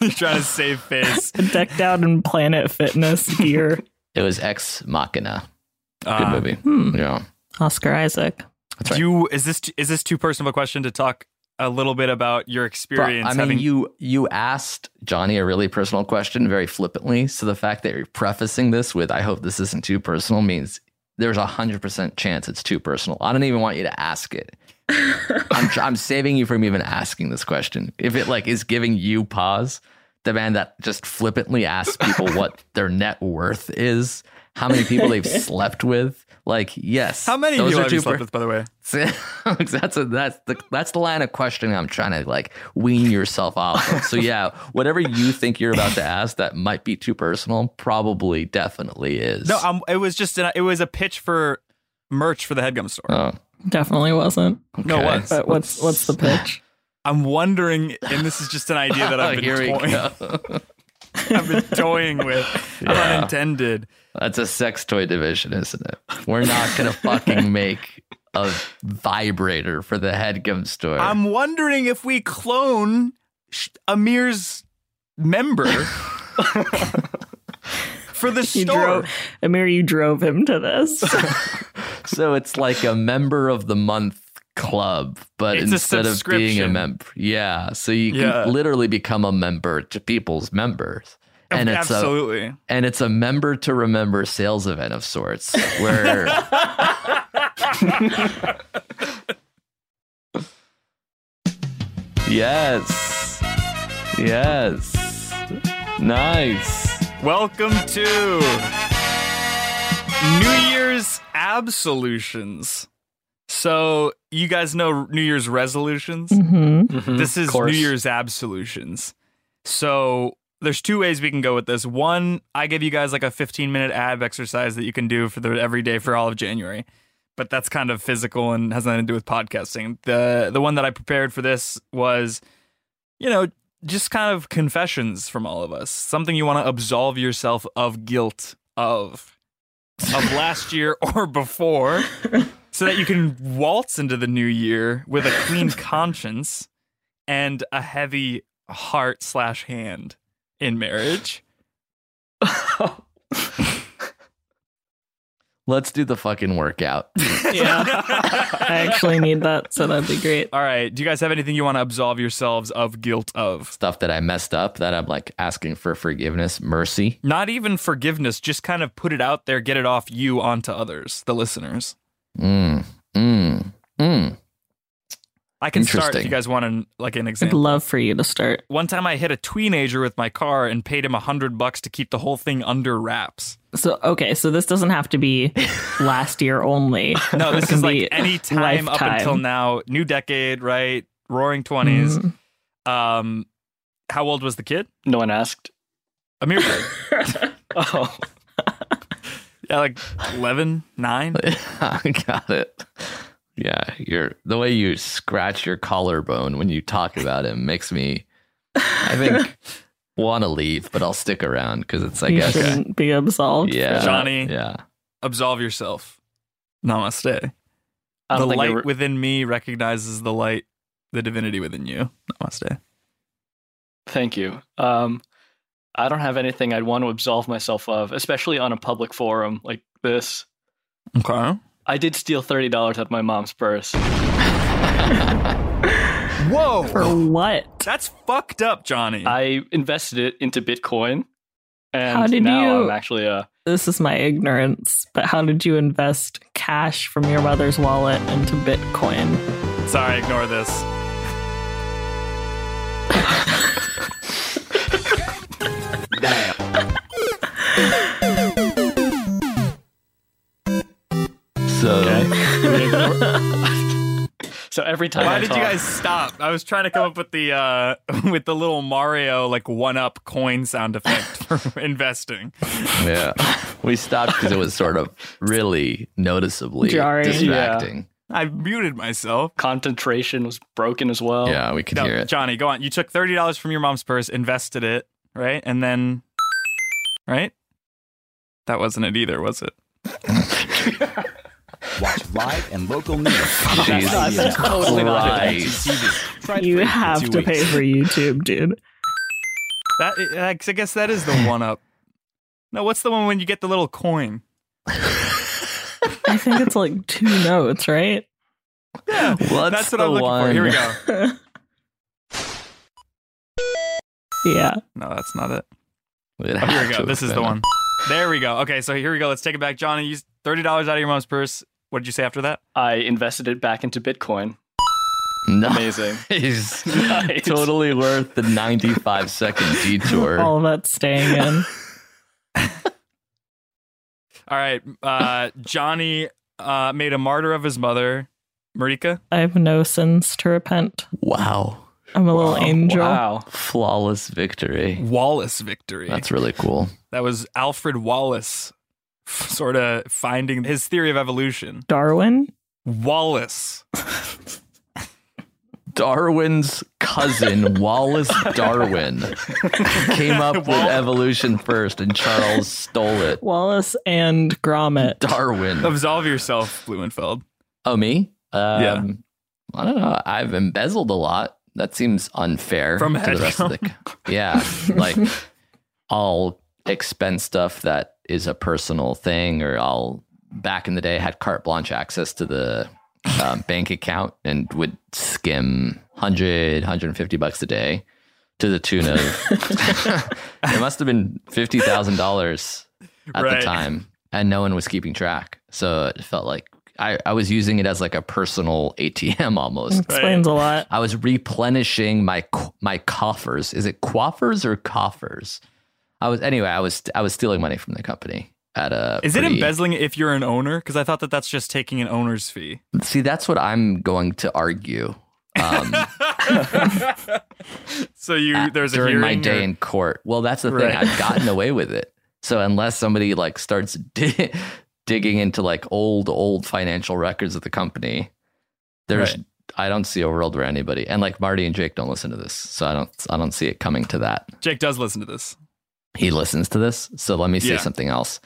Speaker 9: You're trying to save face.
Speaker 4: decked out in Planet Fitness gear,
Speaker 7: it was Ex Machina. Good
Speaker 9: Uh,
Speaker 7: movie.
Speaker 4: Hmm.
Speaker 7: Yeah,
Speaker 4: Oscar Isaac.
Speaker 7: that's
Speaker 9: do
Speaker 7: right.
Speaker 9: you is this is this too personal a question to talk a little bit about your
Speaker 7: Bro,
Speaker 9: experience?
Speaker 7: I mean,
Speaker 9: having,
Speaker 7: you you asked Johnny a really personal question very flippantly. So the fact that you're prefacing this with "I hope this isn't too personal" means there's a hundred percent chance it's too personal. I don't even want you to ask it. I'm tr- I'm saving you from even asking this question. If it like is giving you pause, the man that just flippantly asks people what their net worth is, how many people they've slept with, like yes,
Speaker 9: how many of
Speaker 7: those
Speaker 9: you
Speaker 7: are
Speaker 9: have you
Speaker 7: two per-
Speaker 9: slept with, by the way?
Speaker 7: that's a, that's the that's the line of questioning I'm trying to like wean yourself off. Of. So yeah, whatever you think you're about to ask that might be too personal, probably definitely is.
Speaker 9: No, um, it was just an, it was a pitch for merch for the headgum store.
Speaker 7: Oh,
Speaker 4: Definitely wasn't.
Speaker 9: No,
Speaker 7: okay.
Speaker 9: what?
Speaker 4: But what's what's the pitch?
Speaker 9: I'm wondering, and this is just an idea that I've been,
Speaker 7: Here we
Speaker 9: toying,
Speaker 7: go.
Speaker 9: I've been toying with,
Speaker 7: Yeah.
Speaker 9: unintended.
Speaker 7: That's a sex toy division, isn't it? We're not gonna fucking make a vibrator for the headgum store.
Speaker 9: I'm wondering if we clone Sh- Amir's member for the
Speaker 4: You
Speaker 9: store.
Speaker 4: drove Amir. You drove him to this.
Speaker 7: So it's like a member of the month club, but
Speaker 9: It's a
Speaker 7: instead of being a
Speaker 9: subscription.
Speaker 7: member, yeah. So you
Speaker 9: Yeah.
Speaker 7: can literally become a member to people's members, and it's a
Speaker 9: Absolutely.
Speaker 7: and it's a member to remember sales event of sorts where yes yes nice
Speaker 9: Welcome to New Year's Absolutions. So, you guys know New Year's resolutions?
Speaker 4: hmm
Speaker 9: This is
Speaker 8: course.
Speaker 9: New Year's absolutions. So there's two ways we can go with this. One, I give you guys like a 15 minute ab exercise that you can do for the every day for all of January, but that's kind of physical and has nothing to do with podcasting. The the one that I prepared for this was, you know, just kind of confessions from all of us. Something you want to absolve yourself of guilt of of last year or before so that you can waltz into the new year with a clean conscience and a heavy heart slash hand in marriage.
Speaker 7: let's do the fucking workout
Speaker 4: I actually need that, so that'd be great.
Speaker 9: All right. Do you guys have anything you want to absolve yourselves of guilt of?
Speaker 7: stuff that i messed up that i'm like asking for forgiveness mercy
Speaker 9: Not even forgiveness, just kind of put it out there, get it off you onto others, the listeners.
Speaker 7: mm, mm, mm.
Speaker 9: I can start if
Speaker 7: Interesting.
Speaker 9: you guys want an, like an
Speaker 4: I'd
Speaker 9: example.
Speaker 4: love for you to start.
Speaker 9: One time I hit a teenager with my car and paid him a hundred bucks to keep the whole thing under wraps.
Speaker 4: So okay, so this doesn't have to be last year only.
Speaker 9: No, this
Speaker 4: Can
Speaker 9: is like
Speaker 4: be
Speaker 9: any time up
Speaker 4: lifetime.
Speaker 9: until now, new decade, right? Roaring 20s. Um, how old was the kid?
Speaker 8: No one asked.
Speaker 9: Amir did.
Speaker 8: Oh,
Speaker 9: Yeah, like 11, 9.
Speaker 7: I got it. Yeah, you're the way you scratch your collarbone when you talk about him makes me, I think, want to leave, but I'll stick around because it's like,
Speaker 4: you
Speaker 7: okay,
Speaker 4: shouldn't be absolved.
Speaker 7: yeah,
Speaker 9: Johnny.
Speaker 7: yeah,
Speaker 9: Absolve yourself. Namaste.
Speaker 8: I
Speaker 9: The
Speaker 8: don't think they
Speaker 9: light
Speaker 8: were-
Speaker 9: within me recognizes the light, the divinity within you. Namaste.
Speaker 8: Thank you. Um, I don't have anything I'd want to absolve myself of, especially on a public forum like this.
Speaker 9: Okay.
Speaker 8: I did steal thirty dollars out of my mom's purse.
Speaker 9: Whoa.
Speaker 4: For what?
Speaker 9: That's fucked up, Johnny.
Speaker 8: I invested it into Bitcoin, and
Speaker 4: How did
Speaker 8: now
Speaker 4: you-
Speaker 8: I'm actually uh,
Speaker 4: This is my ignorance, but how did you invest cash from your mother's wallet into Bitcoin?
Speaker 9: Sorry, ignore this.
Speaker 7: so
Speaker 8: so every time.
Speaker 9: Why
Speaker 8: I
Speaker 9: did you
Speaker 8: talk,
Speaker 9: guys stop? I was trying to come up with the uh with the little Mario like one up coin sound effect for investing.
Speaker 7: yeah, we stopped because it was sort of really noticeably
Speaker 4: Jarring.
Speaker 7: distracting.
Speaker 9: I muted myself.
Speaker 8: Concentration was broken as well.
Speaker 7: Yeah. we could
Speaker 9: Oh, No,
Speaker 7: hear it.
Speaker 9: Johnny, go on. You took thirty dollars from your mom's purse, invested it, right, and then, right? That wasn't it either, was it?
Speaker 11: Watch live and local news.
Speaker 7: Jesus Christ.
Speaker 4: You have to pay for YouTube, dude.
Speaker 9: That I I guess that is the one up. No, what's the one when you get the little coin?
Speaker 4: I think it's like two notes, right?
Speaker 9: Yeah,
Speaker 7: What's
Speaker 9: that's what
Speaker 7: the
Speaker 9: I'm looking for.
Speaker 7: one?
Speaker 9: Here we go.
Speaker 4: Yeah.
Speaker 9: No, that's not it.
Speaker 7: It
Speaker 9: Oh, here
Speaker 7: had
Speaker 9: we
Speaker 7: to
Speaker 9: go.
Speaker 7: have
Speaker 9: This is the
Speaker 7: been.
Speaker 9: one. There we go. Okay, so here we go. Let's take it back, Johnny. Use thirty dollars out of your mom's purse. What did you say after that?
Speaker 8: I invested it back into Bitcoin.
Speaker 7: No.
Speaker 8: Amazing.
Speaker 7: It's
Speaker 8: Nice.
Speaker 7: totally worth the 95 second detour.
Speaker 4: All of that's staying in.
Speaker 9: All right, uh, Johnny uh, made a martyr of his mother, Marika.
Speaker 4: I have no sins to repent.
Speaker 7: Wow.
Speaker 4: I'm a little angel.
Speaker 8: Wow.
Speaker 7: Flawless victory.
Speaker 9: Wallace victory.
Speaker 7: That's really cool.
Speaker 9: That was Alfred Wallace, sort of finding his theory of evolution.
Speaker 4: Darwin?
Speaker 9: Wallace.
Speaker 7: Darwin's cousin, Wallace Darwin, came up with evolution first and Charles stole it.
Speaker 4: Wallace and Gromit.
Speaker 7: Darwin.
Speaker 9: Absolve yourself, Blumenfeld.
Speaker 7: Oh, me? Um,
Speaker 9: Yeah.
Speaker 7: I don't know. I've embezzled a lot. That seems unfair
Speaker 9: From
Speaker 7: to the rest of the. c- Yeah. Like, I'll expense stuff that is a personal thing or I'll back in the day had carte blanche access to the um, bank account and would skim 100 150 bucks a day to the tune of it must have been $50000 at
Speaker 9: Right.
Speaker 7: the time and no one was keeping track so it felt like I, I was using it as like a personal atm almost
Speaker 4: Explains a lot.
Speaker 7: I was replenishing my co- my coffers. Is it coffers or coffers? I was anyway. I was I was stealing money from the company at a.
Speaker 9: Is it
Speaker 7: pretty-
Speaker 9: embezzling if you're an owner? Because I thought that that's just taking an owner's fee.
Speaker 7: See, that's what I'm going to argue. Um,
Speaker 9: So you
Speaker 7: at-
Speaker 9: there's a
Speaker 7: during
Speaker 9: hearing
Speaker 7: my day
Speaker 9: or-
Speaker 7: in court. Well, that's the thing.
Speaker 9: Right.
Speaker 7: I've gotten away with it. So unless somebody like starts di- digging into like old old financial records of the company, there's
Speaker 9: Right.
Speaker 7: I don't see a world where anybody and like Marty and Jake don't listen to this, so I don't I don't see it coming to that.
Speaker 9: Jake does listen to this.
Speaker 7: he listens to this. So let me say
Speaker 9: Yeah.
Speaker 7: something else.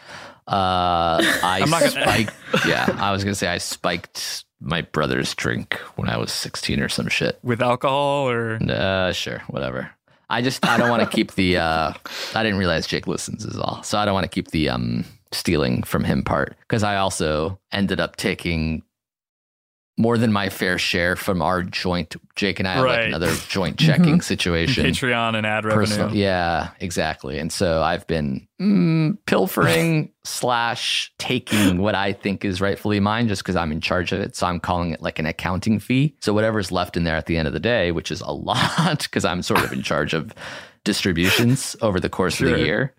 Speaker 7: Uh, I
Speaker 9: I'm not gonna-
Speaker 7: spiked. yeah, I was gonna say I spiked my brother's drink when I was 16 or some shit.
Speaker 9: with alcohol or
Speaker 7: Uh, sure, whatever. I just I don't want to keep the. Uh, I didn't realize Jake listens is all. So I don't want to keep the um stealing from him part because I also ended up taking more than my fair share from our joint. Jake and I have like
Speaker 9: Right.
Speaker 7: another joint checking situation.
Speaker 9: Patreon and ad
Speaker 7: Personal-
Speaker 9: revenue.
Speaker 7: Yeah, exactly. And so I've been mm, pilfering slash taking what I think is rightfully mine just because I'm in charge of it. So I'm calling it like an accounting fee. So whatever's left in there at the end of the day, which is a lot because I'm sort of in charge of distributions over the course of
Speaker 9: Sure.
Speaker 7: the year.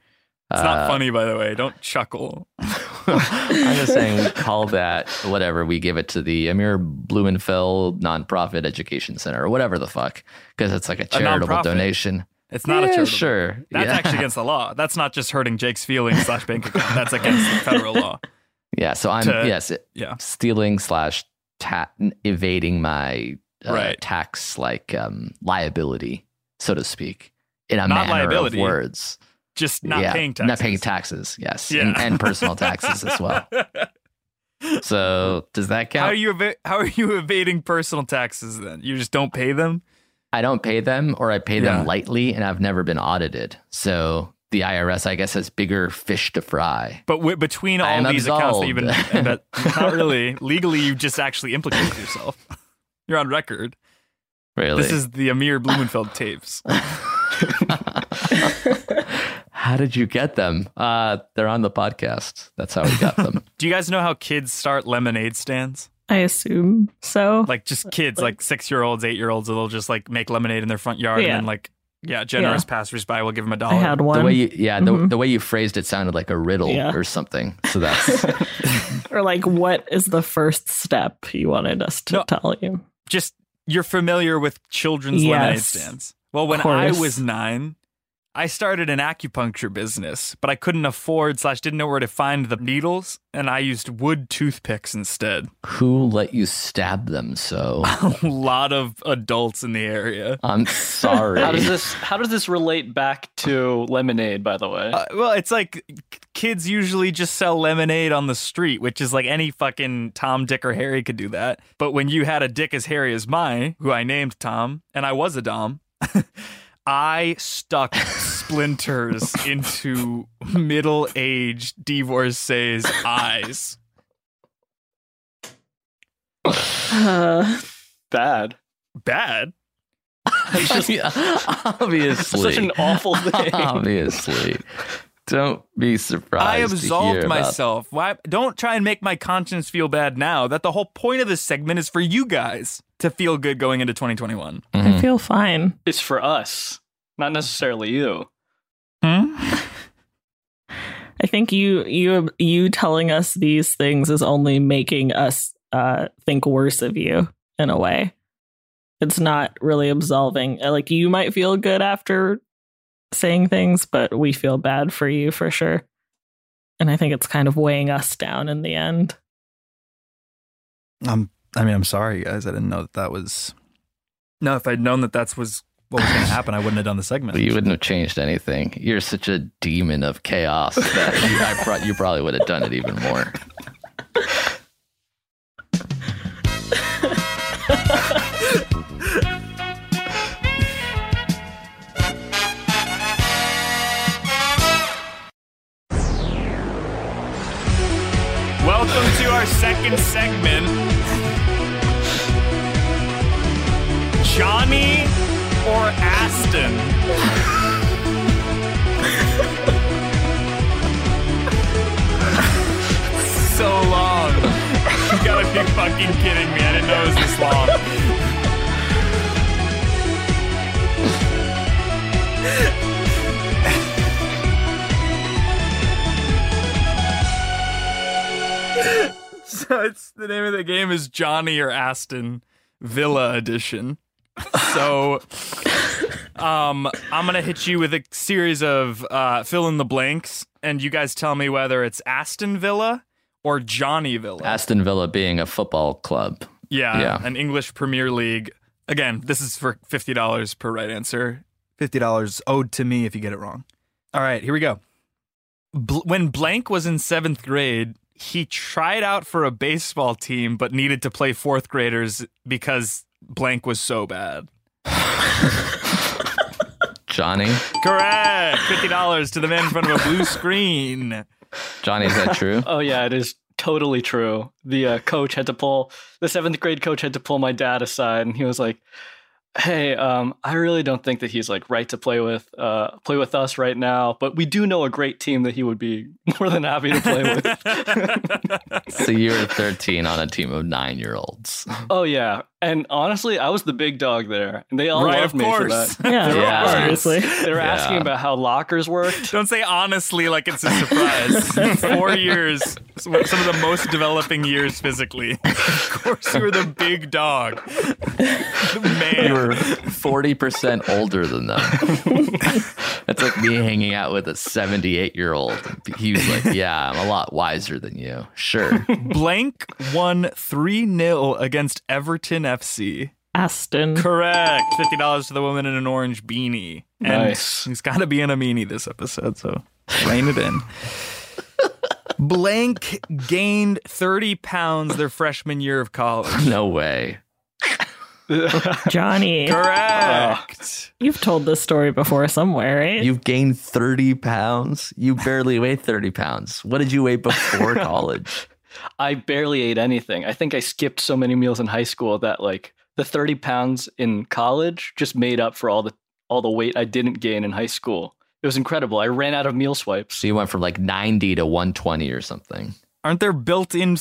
Speaker 9: It's
Speaker 7: Uh,
Speaker 9: not funny, by the way. Don't chuckle.
Speaker 7: I'm just saying we call that whatever. We give it to the Amir Blumenfeld Nonprofit Education Center or whatever the fuck because it's like a charitable
Speaker 9: nonprofit.
Speaker 7: donation.
Speaker 9: It's not a
Speaker 7: Yeah,
Speaker 9: charitable.
Speaker 7: Sure.
Speaker 9: That's
Speaker 7: Yeah.
Speaker 9: actually against the law. That's not just hurting Jake's feelings slash bank account. That's against the federal law.
Speaker 7: Yeah, so I'm
Speaker 9: to-
Speaker 7: yes, it-
Speaker 9: yeah.
Speaker 7: stealing slash ta- evading my uh,
Speaker 9: Right.
Speaker 7: tax like um, liability, so to speak, in a
Speaker 9: Not
Speaker 7: manner
Speaker 9: liability,
Speaker 7: of words.
Speaker 9: Just not
Speaker 7: Yeah,
Speaker 9: paying taxes.
Speaker 7: Not paying taxes. Yes,
Speaker 9: Yeah.
Speaker 7: and, and personal taxes as well. So does that
Speaker 9: How are
Speaker 7: count?
Speaker 9: you eva- how are you evading personal taxes then? You just don't pay them?
Speaker 7: I don't pay them, or I pay
Speaker 9: Yeah.
Speaker 7: them lightly, and I've never been audited. So the IRS, I guess, has bigger fish to fry.
Speaker 9: But w- between
Speaker 7: I
Speaker 9: all
Speaker 7: am
Speaker 9: these accounts that you've been
Speaker 7: absolved.
Speaker 9: and that, not really legally you just actually implicated yourself. You're on record.
Speaker 7: Really,
Speaker 9: This is the Amir Blumenfeld tapes.
Speaker 7: how did you get them? Uh, they're on the podcast. That's how we got them.
Speaker 9: Do you guys know how kids start lemonade stands?
Speaker 4: I assume so.
Speaker 9: Like just kids, like six year olds, eight year olds, they'll just like make lemonade in their front yard
Speaker 4: Yeah.
Speaker 9: and then like yeah, generous passersby will give them a dollar.
Speaker 4: I had one.
Speaker 7: The way you, yeah, the,
Speaker 4: Mhm.
Speaker 7: the way you phrased it sounded like a riddle
Speaker 4: Yeah.
Speaker 7: or something. So that's
Speaker 4: or like, what is the first step you wanted us to
Speaker 9: No.
Speaker 4: tell you?
Speaker 9: just you're familiar with children's lemonade
Speaker 4: Yes.
Speaker 9: stands. Well, when I
Speaker 4: Course.
Speaker 9: was nine, I started an acupuncture business, but I couldn't afford slash didn't know where to find the needles, and I used wood toothpicks instead.
Speaker 7: who let you stab them. So
Speaker 9: A lot of adults in the area.
Speaker 7: I'm sorry.
Speaker 8: How does this how does this relate back to lemonade, by the way?
Speaker 9: Uh, well, it's like k- kids usually just sell lemonade on the street, which is like any fucking Tom, Dick, or Harry could do that. But when you had a dick as hairy as mine, who I named Tom, and I was a Dom, I stuck splinters into middle aged divorcees' eyes.
Speaker 4: Uh,
Speaker 8: Bad.
Speaker 9: Bad.
Speaker 7: Yeah, obviously
Speaker 8: Such an awful
Speaker 9: Um,
Speaker 8: thing.
Speaker 7: obviously. Don't be surprised.
Speaker 9: I
Speaker 7: to
Speaker 9: absolved
Speaker 7: hear about-
Speaker 9: myself. Why? Don't try and make my conscience feel bad now. That the whole point of this segment is for you guys to feel good going into 2021.
Speaker 7: Mm-hmm.
Speaker 4: I
Speaker 8: Mm-hmm.
Speaker 4: feel fine.
Speaker 8: it's for us, not necessarily you.
Speaker 4: I think you you you telling us these things is only making us uh, think worse of you in a way. It's not really absolving. Uh, Like you might feel good after saying things, but we feel bad for you for sure. And I think it's kind of weighing us down in the end.
Speaker 9: I'm. I mean, I'm sorry, guys. I didn't know that that was. No, if I'd known that that was what was going to happen, I wouldn't have done the segment.
Speaker 7: You wouldn't have changed anything. You're such a demon of chaos that you, I pro- you probably would have done it even more.
Speaker 9: Welcome welcome to our second segment. Johnny or Aston? so long. You gotta be fucking kidding me. I didn't know it was this long. so it's the name of the game is Johnny or Aston Villa Edition. So um I'm gonna hit you with a series of uh fill in the blanks and you guys tell me whether it's Aston Villa or Johnny Villa.
Speaker 7: Aston Villa being a football club.
Speaker 9: Yeah,
Speaker 7: Yeah.
Speaker 9: an English Premier League. Again, this is for fifty dollars per right answer. Fifty dollars owed to me if you get it wrong. All right, here we go. Bl- when blank was in seventh grade, he tried out for a baseball team, but needed to play fourth graders because blank was so bad.
Speaker 7: Johnny.
Speaker 9: Correct. Fifty dollars to the man in front of a blue screen.
Speaker 7: Johnny, is that true?
Speaker 8: Oh yeah, it is totally true. The uh, coach had to pull the seventh grade coach had to pull my dad aside, and he was like, "Hey, um, I really don't think that he's like right to play with uh, play with us right now, but we do know a great team that he would be more than happy to play with."
Speaker 7: so you were 13 on a team of nine year olds.
Speaker 8: oh yeah, and honestly, I was the big dog there, and they all
Speaker 9: Right,
Speaker 8: loved
Speaker 9: of
Speaker 8: me
Speaker 9: course.
Speaker 8: for that.
Speaker 4: Yeah,
Speaker 8: they were,
Speaker 7: Yeah.
Speaker 8: asking,
Speaker 9: Obviously.
Speaker 8: they were asking
Speaker 7: Yeah.
Speaker 8: about how lockers worked.
Speaker 9: Don't say honestly like it's a surprise. Four years, some of the most developing years physically. Of course, you were the big dog. Man.
Speaker 7: You were 40% older than them. That's like me hanging out with a 78 year old. He was like, Yeah, I'm a lot wiser than you. Sure.
Speaker 9: Blank won 3 0 against Everton FC.
Speaker 4: Aston.
Speaker 9: Correct. $50 to the woman in an orange beanie. And
Speaker 8: Nice.
Speaker 9: He's got to be in a meanie this episode, so rein it in. Blank gained 30 pounds their freshman year of college.
Speaker 7: No way.
Speaker 4: Johnny.
Speaker 9: Correct.
Speaker 4: You've told this story before somewhere, right?
Speaker 7: You've gained 30 pounds. You barely weigh 30 pounds. What did you weigh before college?
Speaker 8: I barely ate anything. I think I skipped so many meals in high school that like the 30 pounds in college just made up for all the all the weight I didn't gain in high school. It was incredible. I ran out of meal swipes.
Speaker 7: So you went from like 90 to 120 or something.
Speaker 9: Aren't there built in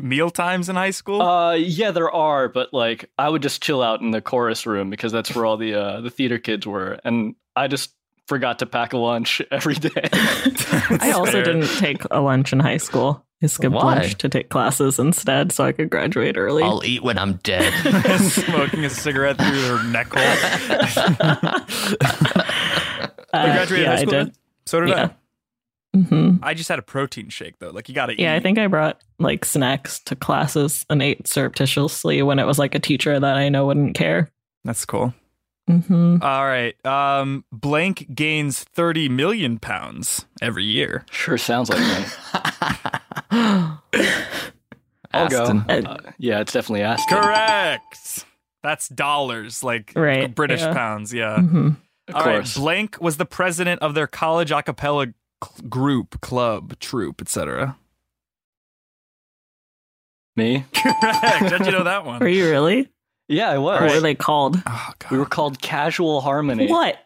Speaker 9: meal times in high school?
Speaker 8: Uh yeah, there are, but like I would just chill out in the chorus room because that's where all the uh the theater kids were and I just forgot to pack a lunch every day.
Speaker 4: I also
Speaker 9: fair.
Speaker 4: didn't take a lunch in high school. I skipped
Speaker 7: Why?
Speaker 4: lunch to take classes instead so I could graduate early.
Speaker 7: I'll eat when I'm dead.
Speaker 9: Smoking a cigarette through their neck hole.
Speaker 4: Uh,
Speaker 9: you graduated
Speaker 4: yeah,
Speaker 9: high school?
Speaker 4: I
Speaker 9: then?
Speaker 4: did.
Speaker 9: So did
Speaker 4: Yeah. hmm
Speaker 9: I. I just had a protein shake though. Like you gotta eat.
Speaker 4: Yeah, I think I brought like snacks to classes and ate surreptitiously when it was like a teacher that I know wouldn't care.
Speaker 9: that's cool.
Speaker 4: hmm
Speaker 9: All right. Um, blank gains 30 million pounds every year.
Speaker 8: Sure sounds like me. I'll go.
Speaker 7: Aston.
Speaker 8: Uh, yeah, it's definitely Aston.
Speaker 9: Correct. That's dollars, like
Speaker 4: Right,
Speaker 9: British
Speaker 4: yeah.
Speaker 9: pounds. Yeah.
Speaker 4: hmm
Speaker 8: Of
Speaker 9: All right,
Speaker 8: course.
Speaker 9: Blank was the president of their college a cappella cl- group, club, troupe, etc.
Speaker 8: Me?
Speaker 9: Correct. How'd you know that
Speaker 4: Were
Speaker 9: one?
Speaker 4: you really?
Speaker 8: Yeah, I was.
Speaker 4: What were they called?
Speaker 9: Oh, God.
Speaker 8: We were called Casual Harmony.
Speaker 4: What?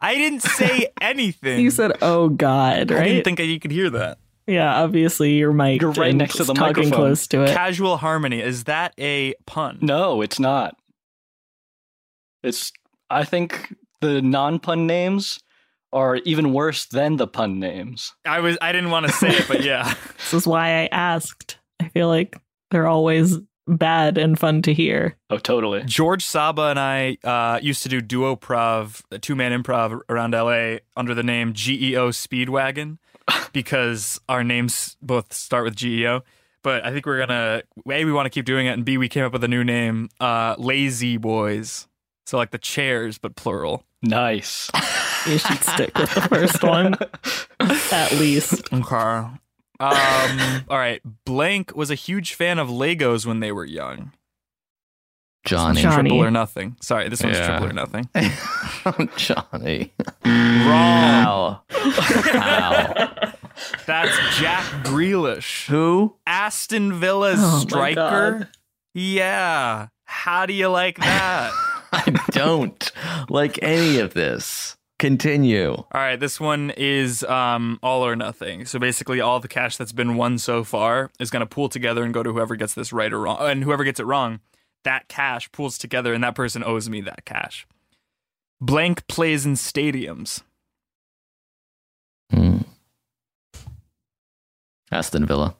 Speaker 9: I didn't say anything.
Speaker 4: You said, "Oh God!"
Speaker 9: I
Speaker 4: Right?
Speaker 9: didn't think you could hear that.
Speaker 4: yeah, obviously your mic.
Speaker 8: You're right next to the
Speaker 4: talking
Speaker 8: microphone.
Speaker 4: close to it.
Speaker 9: Casual harmony. Is that a pun?
Speaker 8: No, it's not. It's I think the non-pun names are even worse than the pun names.
Speaker 9: I was. I didn't want to say it, but yeah.
Speaker 4: this is why I asked. I feel like they're always bad and fun to hear.
Speaker 8: Oh, totally.
Speaker 9: George Saba and I uh, used to do duo prov, two man improv around LA under the name GEO Speedwagon because our names both start with GEO. But I think we're gonna a we want to keep doing it, and b we came up with a new name, uh, Lazy Boys. So like the chairs, but plural.
Speaker 8: Nice.
Speaker 4: You should stick with the first one, at least.
Speaker 9: Okay. Um, all right. Blank was a huge fan of Legos when they were young.
Speaker 7: Johnny.
Speaker 4: Johnny.
Speaker 9: Triple or nothing. Sorry, this one's
Speaker 7: Yeah.
Speaker 9: triple or nothing.
Speaker 7: Johnny.
Speaker 9: Wrong.
Speaker 7: Ow. Ow.
Speaker 9: That's Jack Grealish.
Speaker 7: Who?
Speaker 9: Aston Villa's
Speaker 7: Oh my God.
Speaker 9: striker. Yeah. How do you like that?
Speaker 7: I don't like any of this. Continue.
Speaker 9: All right, this one is um, all or nothing. So basically, all the cash that's been won so far is going to pool together and go to whoever gets this right or wrong. And whoever gets it wrong, that cash pools together, and that person owes me that cash. Blank plays in stadiums.
Speaker 7: Hmm. Aston Villa.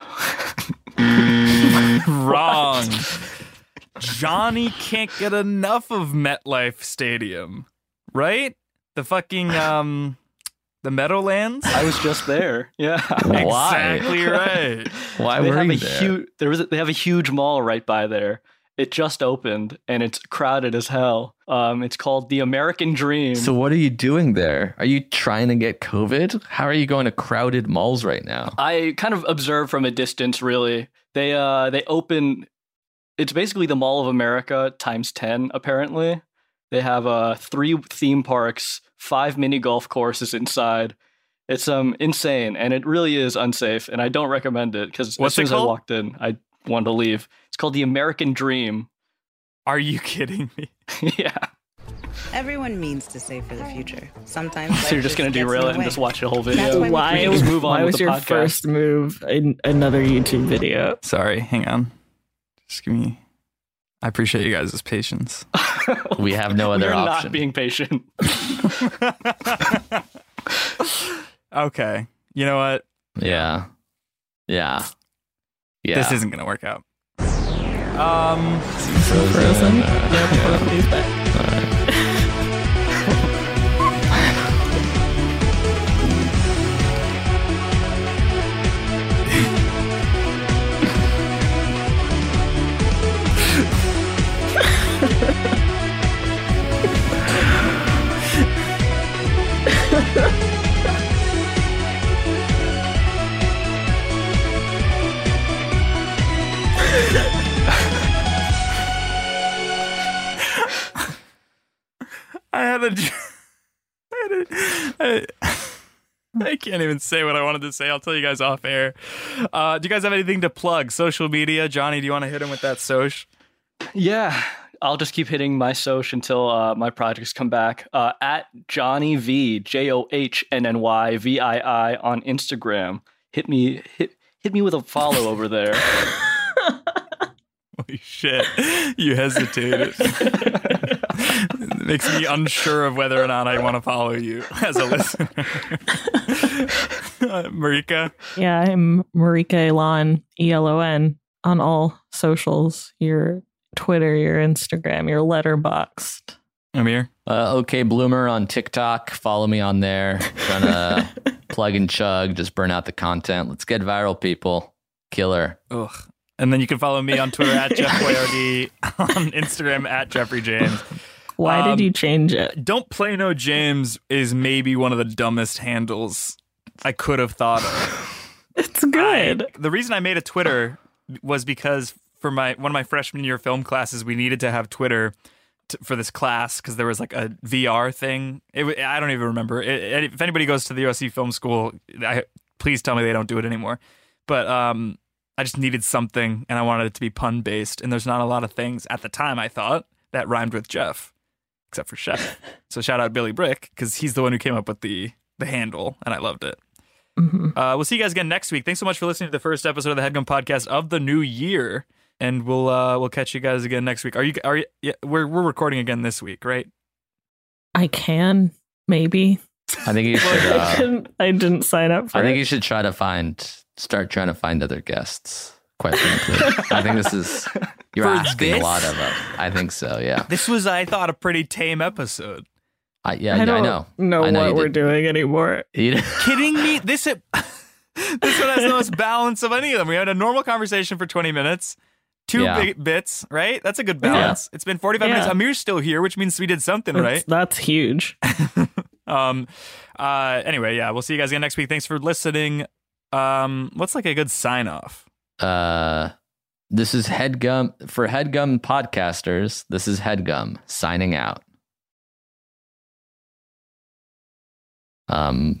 Speaker 9: wrong. Johnny can't get enough of MetLife Stadium, right? The fucking um, the Meadowlands.
Speaker 8: I was just there. Yeah.
Speaker 7: Why?
Speaker 9: Exactly right.
Speaker 7: Why
Speaker 8: they
Speaker 7: were
Speaker 8: have
Speaker 7: you
Speaker 8: a
Speaker 7: there?
Speaker 8: huge there was a, they have a huge mall right by there. It just opened and it's crowded as hell. Um, it's called the American Dream.
Speaker 7: So what are you doing there? Are you trying to get COVID? How are you going to crowded malls right now?
Speaker 8: I kind of observe from a distance. Really, they uh they open. It's basically the Mall of America times ten. Apparently, they have uh three theme parks, five mini golf courses inside. It's um insane, and it really is unsafe, and I don't recommend it because as
Speaker 9: What's
Speaker 8: soon
Speaker 9: it
Speaker 8: as I
Speaker 9: called?
Speaker 8: walked in, I wanted to leave. It's called the American Dream.
Speaker 9: Are you kidding me?
Speaker 8: yeah,
Speaker 12: Everyone means to save for the future. Sometimes
Speaker 8: so you're just gonna derail it and just watch the whole
Speaker 12: That's why
Speaker 8: video.
Speaker 12: we Why-
Speaker 8: We can just move on
Speaker 4: Why
Speaker 8: with
Speaker 4: was
Speaker 8: the
Speaker 4: your
Speaker 8: podcast.
Speaker 4: first move in another YouTube video?
Speaker 9: Sorry, hang on. Just give me. I appreciate you guys' patience.
Speaker 7: We have no other
Speaker 8: You're not
Speaker 7: option.
Speaker 8: being patient.
Speaker 9: Okay. You know what?
Speaker 7: yeah. Yeah. Yeah.
Speaker 9: This isn't going to work out. Um,
Speaker 7: frozen.
Speaker 9: I had a. dr- I had a- I- I can't even say what I wanted to say. I'll tell you guys off air. Uh, do you guys have anything to plug? Social media? Johnny, do you want to hit him with that soch?
Speaker 8: Yeah, I'll just keep hitting my soch until uh, my projects come back. Uh, at Johnny V J O H N N Y V I I on Instagram. Hit me hit hit me with a follow over there.
Speaker 9: Holy shit. You hesitated. it makes me unsure of whether or not I want to follow you as a listener. uh, Marika?
Speaker 4: Yeah, I'm Marika Elon, E L O N, on all socials your Twitter, your Instagram, your letterboxed.
Speaker 9: Amir?
Speaker 7: Uh, okay, Bloomer on TikTok. Follow me on there. Trying to plug and chug, just burn out the content. Let's get viral, people. Killer.
Speaker 9: Ugh. And then you can follow me on Twitter at JeffYRD, on Instagram at Jeffrey James.
Speaker 4: Why
Speaker 9: Um,
Speaker 4: did you change it?
Speaker 9: Don't play no James is maybe one of the dumbest handles I could have thought of.
Speaker 4: It's good.
Speaker 9: The reason I made a Twitter was because for my one of my freshman year film classes, we needed to have Twitter t- for this class because there was like a VR thing. It, wa- I don't even remember. It- it- if anybody goes to the USC Film School, I, please tell me they don't do it anymore. But um, I just needed something, and I wanted it to be pun based. And there's not a lot of things at the time I thought that rhymed with Jeff, except for chef. so shout out Billy Brick because he's the one who came up with the the handle, and I loved it.
Speaker 4: Mm-hmm.
Speaker 9: Uh, we'll see you guys again next week. Thanks so much for listening to the first episode of the Headgum Podcast of the new year, and we'll uh, we'll catch you guys again next week. Are you are you, yeah, we're we're recording again this week, right?
Speaker 4: I can, maybe.
Speaker 7: I think you should.
Speaker 4: I,
Speaker 7: Uh,
Speaker 4: didn't, I didn't sign up for
Speaker 7: I think
Speaker 4: it.
Speaker 7: you should try to find, start trying to find other guests. Quite frankly, I think this is you're
Speaker 9: For
Speaker 7: asking
Speaker 9: this?
Speaker 7: a lot of them. I think so. Yeah.
Speaker 9: This was, I thought, a pretty tame episode.
Speaker 7: I, yeah.
Speaker 4: I
Speaker 7: yeah,
Speaker 4: don't
Speaker 7: I know.
Speaker 4: know,
Speaker 7: I know
Speaker 4: what
Speaker 7: you
Speaker 4: we're
Speaker 7: did.
Speaker 4: doing anymore.
Speaker 7: You did-
Speaker 9: Kidding me? This this one has the most balance of any of them. We had a normal conversation for twenty minutes. Two
Speaker 7: Yeah.
Speaker 9: big bits, right? That's a good balance. It's been 45
Speaker 4: Yeah.
Speaker 9: minutes. Amir's still here, which means we did something,
Speaker 4: That's-
Speaker 9: right?
Speaker 4: That's huge.
Speaker 9: Um uh anyway, yeah, we'll see you guys again next week. Thanks for listening. Um what's like a good sign off?
Speaker 7: uh, this is Headgum for Headgum podcasters. This is Headgum signing out. Um,